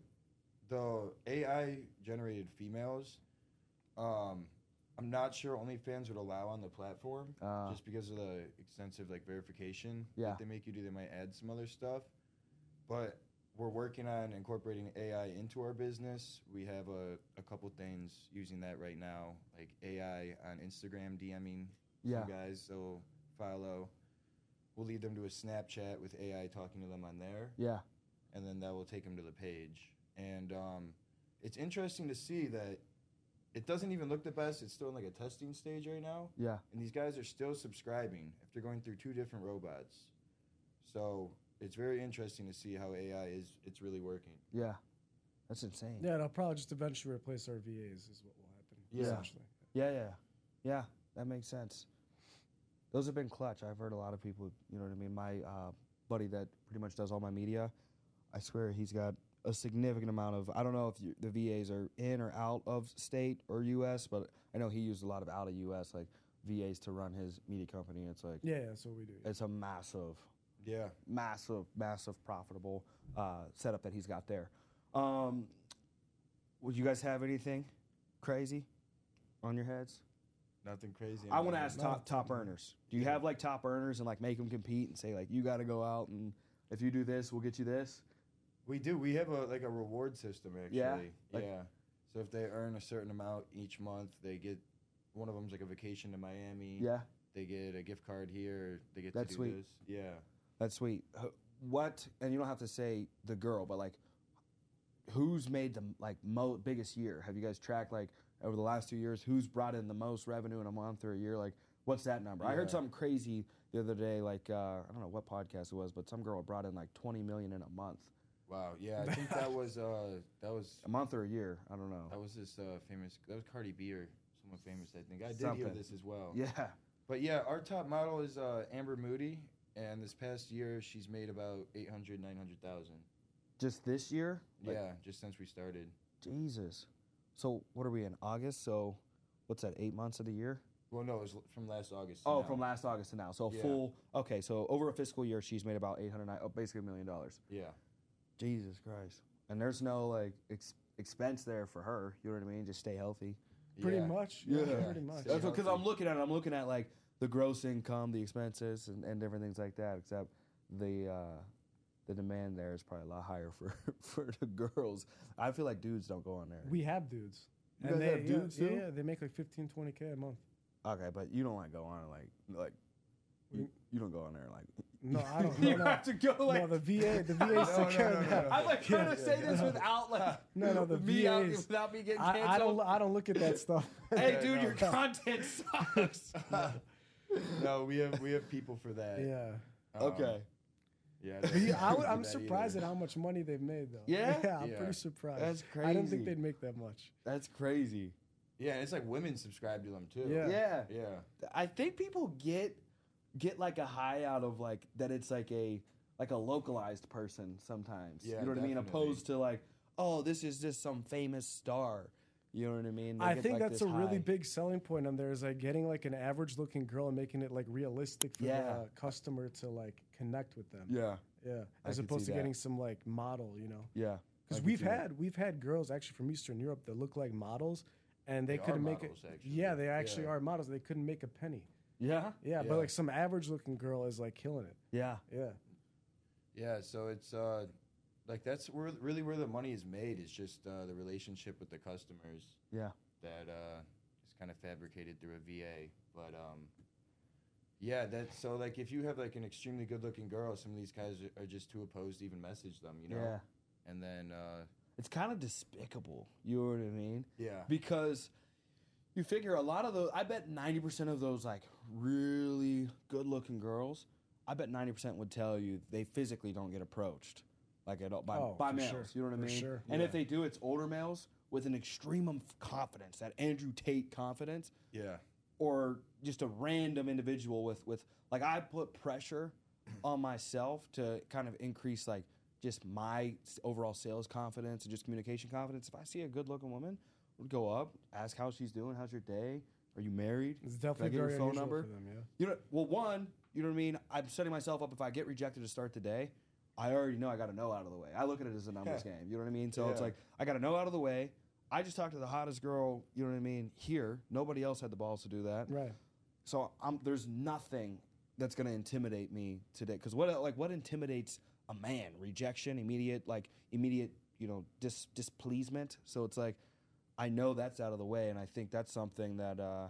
[SPEAKER 3] the AI generated females, um. I'm not sure OnlyFans would allow on the platform.
[SPEAKER 1] Uh,
[SPEAKER 3] just because of the extensive like verification
[SPEAKER 1] Yeah.
[SPEAKER 3] that they make you do. They might add some other stuff, but we're working on incorporating AI into our business. We have a, a couple things using that right now, like AI on Instagram DMing
[SPEAKER 1] yeah,
[SPEAKER 3] some guys. So follow. We'll lead them to a Snapchat with AI talking to them on there.
[SPEAKER 1] yeah,
[SPEAKER 3] and then that will take him to the page. And um, it's interesting to see that it doesn't even look the best. It's still in like a testing stage right now,
[SPEAKER 1] Yeah.
[SPEAKER 3] and these guys are still subscribing after going through two different robots. So it's very interesting to see how AI is. It's really working.
[SPEAKER 1] Yeah. That's insane.
[SPEAKER 2] Yeah, it'll probably just eventually replace our VAs, is what will happen.
[SPEAKER 3] Yeah.
[SPEAKER 2] Essentially.
[SPEAKER 1] Yeah, yeah, yeah. That makes sense. Those have been clutch. I've heard a lot of people. You know what I mean. My uh, buddy that pretty much does all my media. I swear he's got a significant amount of. I don't know if you, the VAs are in or out of state or U.S., but I know he used a lot of out of U.S. like VAs to run his media company. It's like
[SPEAKER 2] Yeah, that's what we do.
[SPEAKER 1] it's a massive
[SPEAKER 3] Yeah.
[SPEAKER 1] massive, massive profitable uh, setup that he's got there. Um, would you guys have anything crazy on your heads?
[SPEAKER 3] Nothing crazy.
[SPEAKER 1] I want to ask
[SPEAKER 2] No.
[SPEAKER 1] top top earners. Do you have like top earners and like make them compete and say like you got to go out and if you do this, we'll get you this.
[SPEAKER 3] We do. We have a like a reward system actually.
[SPEAKER 1] Yeah?
[SPEAKER 3] Yeah.
[SPEAKER 1] Like-
[SPEAKER 3] So if they earn a certain amount each month, they get one of them's like a vacation to Miami.
[SPEAKER 1] Yeah,
[SPEAKER 3] They get a gift card here. They get
[SPEAKER 1] That's
[SPEAKER 3] to do
[SPEAKER 1] sweet.
[SPEAKER 3] this. Yeah.
[SPEAKER 1] that's sweet. H- What? And you don't have to say the girl, but like who's made the like mo- biggest year? Have you guys tracked like over the last two years who's brought in the most revenue in a month or a year? Like what's that number? I heard
[SPEAKER 3] Yeah.
[SPEAKER 1] something crazy the other day. Like uh, I don't know what podcast it was, but some girl brought in like twenty million in a month,
[SPEAKER 3] Wow. Yeah. I think that was uh that was
[SPEAKER 1] a month or a year. I don't know.
[SPEAKER 3] that was this uh famous that was Cardi B or someone famous I think. I did hear
[SPEAKER 1] Something.
[SPEAKER 3] this as well.
[SPEAKER 1] Yeah,
[SPEAKER 3] But yeah, our top model is uh Amber Moody, and this past year she's made about 800, 900,000.
[SPEAKER 1] just this year. Like,
[SPEAKER 3] yeah, just since we started.
[SPEAKER 1] Jesus. So what are we in August? So what's that? Eight months of the year?
[SPEAKER 3] Well, no, it was l- from last August. to
[SPEAKER 1] Oh,
[SPEAKER 3] now.
[SPEAKER 1] from last August to now. So a
[SPEAKER 3] Yeah.
[SPEAKER 1] full. Okay, so over a fiscal year, she's made about eight hundred nine, oh, basically a million dollars.
[SPEAKER 3] yeah.
[SPEAKER 1] Jesus Christ. And there's no like ex- expense there for her. You know what I mean? Just stay healthy.
[SPEAKER 2] Pretty
[SPEAKER 3] yeah.
[SPEAKER 2] much.
[SPEAKER 1] Yeah.
[SPEAKER 2] Yeah. Pretty much.
[SPEAKER 1] That's because I'm
[SPEAKER 3] healthy.
[SPEAKER 1] looking at. it. I'm looking at like the gross income, the expenses, and, and different things like that. Except the uh, the demand there is probably a lot higher for for the girls. I feel like dudes don't go on there.
[SPEAKER 2] We have dudes.
[SPEAKER 1] You guys have
[SPEAKER 2] yeah,
[SPEAKER 1] dudes,
[SPEAKER 2] yeah,
[SPEAKER 1] too?
[SPEAKER 2] Yeah, they make like 15, 20K a month.
[SPEAKER 1] okay, but you don't like go on like like you, you don't go on there like
[SPEAKER 2] No, I don't
[SPEAKER 1] you
[SPEAKER 2] no, no.
[SPEAKER 1] have to go like.
[SPEAKER 2] no, the VA, the VA's
[SPEAKER 3] No,
[SPEAKER 2] take
[SPEAKER 3] no,
[SPEAKER 2] care
[SPEAKER 3] no,
[SPEAKER 2] of
[SPEAKER 3] no,
[SPEAKER 2] that.
[SPEAKER 3] no.
[SPEAKER 1] I'm like trying to
[SPEAKER 2] Yeah,
[SPEAKER 1] say
[SPEAKER 2] yeah.
[SPEAKER 1] this without like
[SPEAKER 2] No, no, the
[SPEAKER 1] me out,
[SPEAKER 2] VAs.
[SPEAKER 1] without me getting canceled.
[SPEAKER 2] I, I don't. I don't look at that stuff.
[SPEAKER 1] hey,
[SPEAKER 3] Yeah,
[SPEAKER 1] dude,
[SPEAKER 3] no.
[SPEAKER 1] your content sucks.
[SPEAKER 3] no, we have we have people for that.
[SPEAKER 2] yeah.
[SPEAKER 3] Um, Yeah. I don't
[SPEAKER 2] But
[SPEAKER 3] think
[SPEAKER 2] yeah, I
[SPEAKER 3] we
[SPEAKER 2] would,
[SPEAKER 3] do
[SPEAKER 2] I'm
[SPEAKER 3] that
[SPEAKER 2] surprised
[SPEAKER 3] either.
[SPEAKER 2] at how much money they've made, though.
[SPEAKER 1] Yeah?
[SPEAKER 2] yeah, I'm
[SPEAKER 3] Yeah.
[SPEAKER 2] pretty surprised.
[SPEAKER 1] That's
[SPEAKER 2] I didn't
[SPEAKER 1] crazy.
[SPEAKER 2] think they'd make that much.
[SPEAKER 1] That's crazy.
[SPEAKER 3] Yeah, and it's like women subscribe to them too.
[SPEAKER 2] Yeah.
[SPEAKER 1] Yeah.
[SPEAKER 3] Yeah.
[SPEAKER 1] I think people get get like a high out of like that it's like a like a localized person sometimes. you
[SPEAKER 3] Yeah,
[SPEAKER 1] know what I mean?
[SPEAKER 3] definitely.
[SPEAKER 1] Opposed to like, oh, this is just some famous star. You know what I mean? They
[SPEAKER 2] I
[SPEAKER 1] get,
[SPEAKER 2] think
[SPEAKER 1] like,
[SPEAKER 2] that's
[SPEAKER 1] this
[SPEAKER 2] a really
[SPEAKER 1] high.
[SPEAKER 2] big selling point on there is like getting like an average looking girl and making it like realistic for the
[SPEAKER 1] Yeah.
[SPEAKER 2] uh, customer to like connect with them.
[SPEAKER 1] Yeah. I
[SPEAKER 2] Yeah, as
[SPEAKER 1] could see
[SPEAKER 2] opposed to
[SPEAKER 1] that.
[SPEAKER 2] getting some like model, you know.
[SPEAKER 1] Yeah. I
[SPEAKER 2] Because
[SPEAKER 1] could
[SPEAKER 2] we've
[SPEAKER 1] see that.
[SPEAKER 2] had we've had girls actually from Eastern Europe that look like models, and they,
[SPEAKER 3] They are
[SPEAKER 2] couldn't make
[SPEAKER 3] models,
[SPEAKER 2] it.
[SPEAKER 3] actually.
[SPEAKER 2] Yeah, they actually
[SPEAKER 3] Yeah.
[SPEAKER 2] are models. They couldn't make a penny.
[SPEAKER 1] Yeah.
[SPEAKER 2] Yeah,
[SPEAKER 3] Yeah.
[SPEAKER 2] but like some average looking girl is like killing it.
[SPEAKER 1] Yeah.
[SPEAKER 2] Yeah,
[SPEAKER 3] Yeah. So it's uh, like that's where really where the money is made is just uh, the relationship with the customers.
[SPEAKER 1] Yeah.
[SPEAKER 3] That uh, is kind of fabricated through a VA, but um. Yeah, that's so. Like, if you have like an extremely good-looking girl, some of these guys are, are just too opposed to even message them, you know.
[SPEAKER 1] Yeah.
[SPEAKER 3] And then, uh,
[SPEAKER 1] It's kind of despicable. You know what I mean?
[SPEAKER 3] yeah,
[SPEAKER 1] because you figure a lot of those i bet 90% of those like really good looking girls i bet 90% would tell you they physically don't get approached like at all by,
[SPEAKER 2] Oh,
[SPEAKER 1] by
[SPEAKER 2] for
[SPEAKER 1] males
[SPEAKER 2] sure,
[SPEAKER 1] you know what i
[SPEAKER 2] for
[SPEAKER 1] mean
[SPEAKER 2] sure.
[SPEAKER 1] and if
[SPEAKER 3] Yeah.
[SPEAKER 1] they do it's older males with an extreme of confidence that andrew tate confidence
[SPEAKER 3] yeah,
[SPEAKER 1] or just a random individual with with like I put pressure on myself to kind of increase like just my s- overall sales confidence and just communication confidence. If I see a good looking woman, I would go up, ask how she's doing, how's your day, are you married?
[SPEAKER 2] it's
[SPEAKER 1] Can I
[SPEAKER 2] definitely
[SPEAKER 1] get your
[SPEAKER 2] very
[SPEAKER 1] phone
[SPEAKER 2] unusual
[SPEAKER 1] number?
[SPEAKER 2] for them. Yeah.
[SPEAKER 1] You know, well, one, you know what I mean. I'm setting myself up if I get rejected to start the day. I already know I got to know out of the way. I look at it as a numbers game. You know what I mean. So it's
[SPEAKER 3] Yeah.
[SPEAKER 1] like I got to know out of the way. I just talked to the hottest girl. You know what I mean. Here, nobody else had the balls to do that.
[SPEAKER 2] Right.
[SPEAKER 1] So I'm there's nothing that's gonna intimidate me today. Because what like what intimidates a man? Rejection, immediate like immediate you know dis displeasement. So it's like I know that's out of the way, and I think that's something that uh,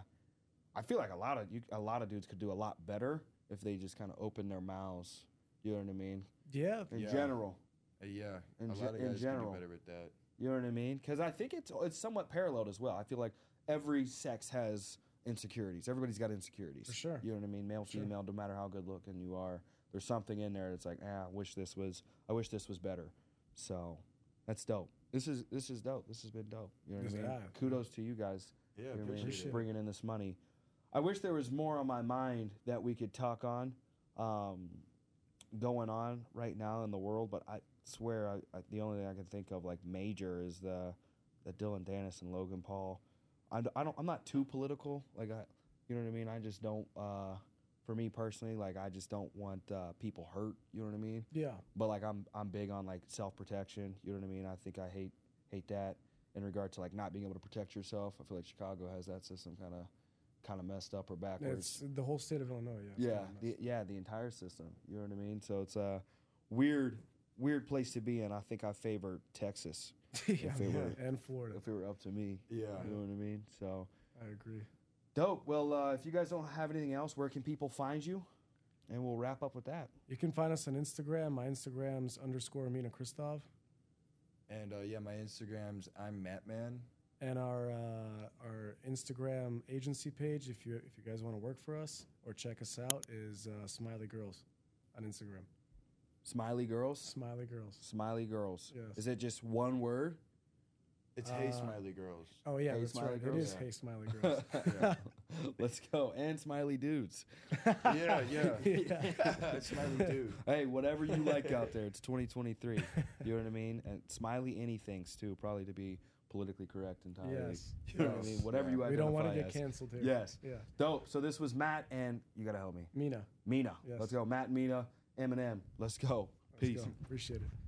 [SPEAKER 1] I feel like a lot of you a lot of dudes could do a lot better if they just kind of open their mouths. You know what I mean?
[SPEAKER 2] Yeah.
[SPEAKER 1] In
[SPEAKER 3] Yeah.
[SPEAKER 1] general,
[SPEAKER 3] Uh, yeah,
[SPEAKER 1] In
[SPEAKER 3] a
[SPEAKER 1] ge-
[SPEAKER 3] lot of
[SPEAKER 1] in
[SPEAKER 3] guys can do
[SPEAKER 1] general.
[SPEAKER 3] better with that.
[SPEAKER 1] You know what I mean? Because I think it's it's somewhat paralleled as well. I feel like every sex has insecurities. Everybody's got insecurities.
[SPEAKER 2] For sure.
[SPEAKER 1] You know what I mean? Male,
[SPEAKER 2] Sure.
[SPEAKER 1] female, no matter how good looking you are, there's something in there that's like, ah, I wish this was, I wish this was better. So that's dope. This is this is dope. This has been dope. You know what
[SPEAKER 2] Yes,
[SPEAKER 1] I mean?
[SPEAKER 2] it has.
[SPEAKER 1] Kudos to you guys.
[SPEAKER 3] Yeah,
[SPEAKER 1] you know what I mean?
[SPEAKER 3] appreciate it.
[SPEAKER 1] Bringing in this money. I wish there was more on my mind that we could talk on, um, going on right now in the world. But I swear, I, I, the only thing I can think of like major is the the Dylan Dennis and Logan Paul. I'm, I don't. I'm not too political. Like I, you know what I mean. I just don't. Uh, for me personally, like I just don't want uh, people hurt. You know what I mean
[SPEAKER 2] Yeah.
[SPEAKER 1] but like I'm I'm big on like self protection. You know what I mean? I think I hate hate that in regard to like not being able to protect yourself. I feel like Chicago has that system kind of kind of messed up or backwards.
[SPEAKER 2] It's the whole state of Illinois. Yeah. it's
[SPEAKER 1] yeah,
[SPEAKER 2] kinda messed
[SPEAKER 1] the, yeah, the entire system. You know what I mean? So it's a weird weird place to be in. I think I favor Texas
[SPEAKER 2] up.
[SPEAKER 1] if
[SPEAKER 2] yeah,
[SPEAKER 1] it were-
[SPEAKER 2] yeah. And Florida.
[SPEAKER 1] if it were up to me.
[SPEAKER 3] Yeah.
[SPEAKER 1] You know what I mean? So
[SPEAKER 2] I agree.
[SPEAKER 1] dope. Well, uh, if you guys don't have anything else, where can people find you? And we'll wrap up with that.
[SPEAKER 2] You can find us on Instagram. My Instagram's underscore Amina Kristov.
[SPEAKER 3] And uh, yeah, my Instagrams I'm Mattman.
[SPEAKER 2] And our uh, our Instagram agency page, if you if you guys want to work for us or check us out, is uh, Smiley Girls on Instagram.
[SPEAKER 1] Smiley girls.
[SPEAKER 2] Smiley Girls.
[SPEAKER 1] Smiley girls.
[SPEAKER 2] Yes.
[SPEAKER 1] Is it just one word?
[SPEAKER 3] It's Hey
[SPEAKER 2] Uh,
[SPEAKER 3] Smiley Girls.
[SPEAKER 2] Oh yeah,
[SPEAKER 1] Hey,
[SPEAKER 2] that's
[SPEAKER 1] Smiley
[SPEAKER 2] right.
[SPEAKER 1] Girls?
[SPEAKER 2] It is
[SPEAKER 3] Yeah.
[SPEAKER 2] Hey Smiley Girls.
[SPEAKER 1] Let's go. And smiley dudes.
[SPEAKER 3] yeah, yeah.
[SPEAKER 2] Yeah.
[SPEAKER 3] It's Smiley Dude.
[SPEAKER 1] Hey, whatever you like out there, it's 2023. You know what I mean? And smiley anythings too, probably to be politically correct entirely.
[SPEAKER 2] yes.
[SPEAKER 1] You know what I
[SPEAKER 3] Yes.
[SPEAKER 1] mean? Whatever you
[SPEAKER 2] We don't want to
[SPEAKER 1] identify
[SPEAKER 2] get
[SPEAKER 1] as.
[SPEAKER 2] canceled here.
[SPEAKER 1] Yes.
[SPEAKER 2] Yeah.
[SPEAKER 1] Dope. So this was Matt and you gotta help me.
[SPEAKER 2] Mina.
[SPEAKER 1] Mina.
[SPEAKER 2] Yes.
[SPEAKER 1] Let's go. Matt and Mina. Eminem. Let's go.
[SPEAKER 2] Let's
[SPEAKER 1] Peace.
[SPEAKER 2] go. Appreciate it.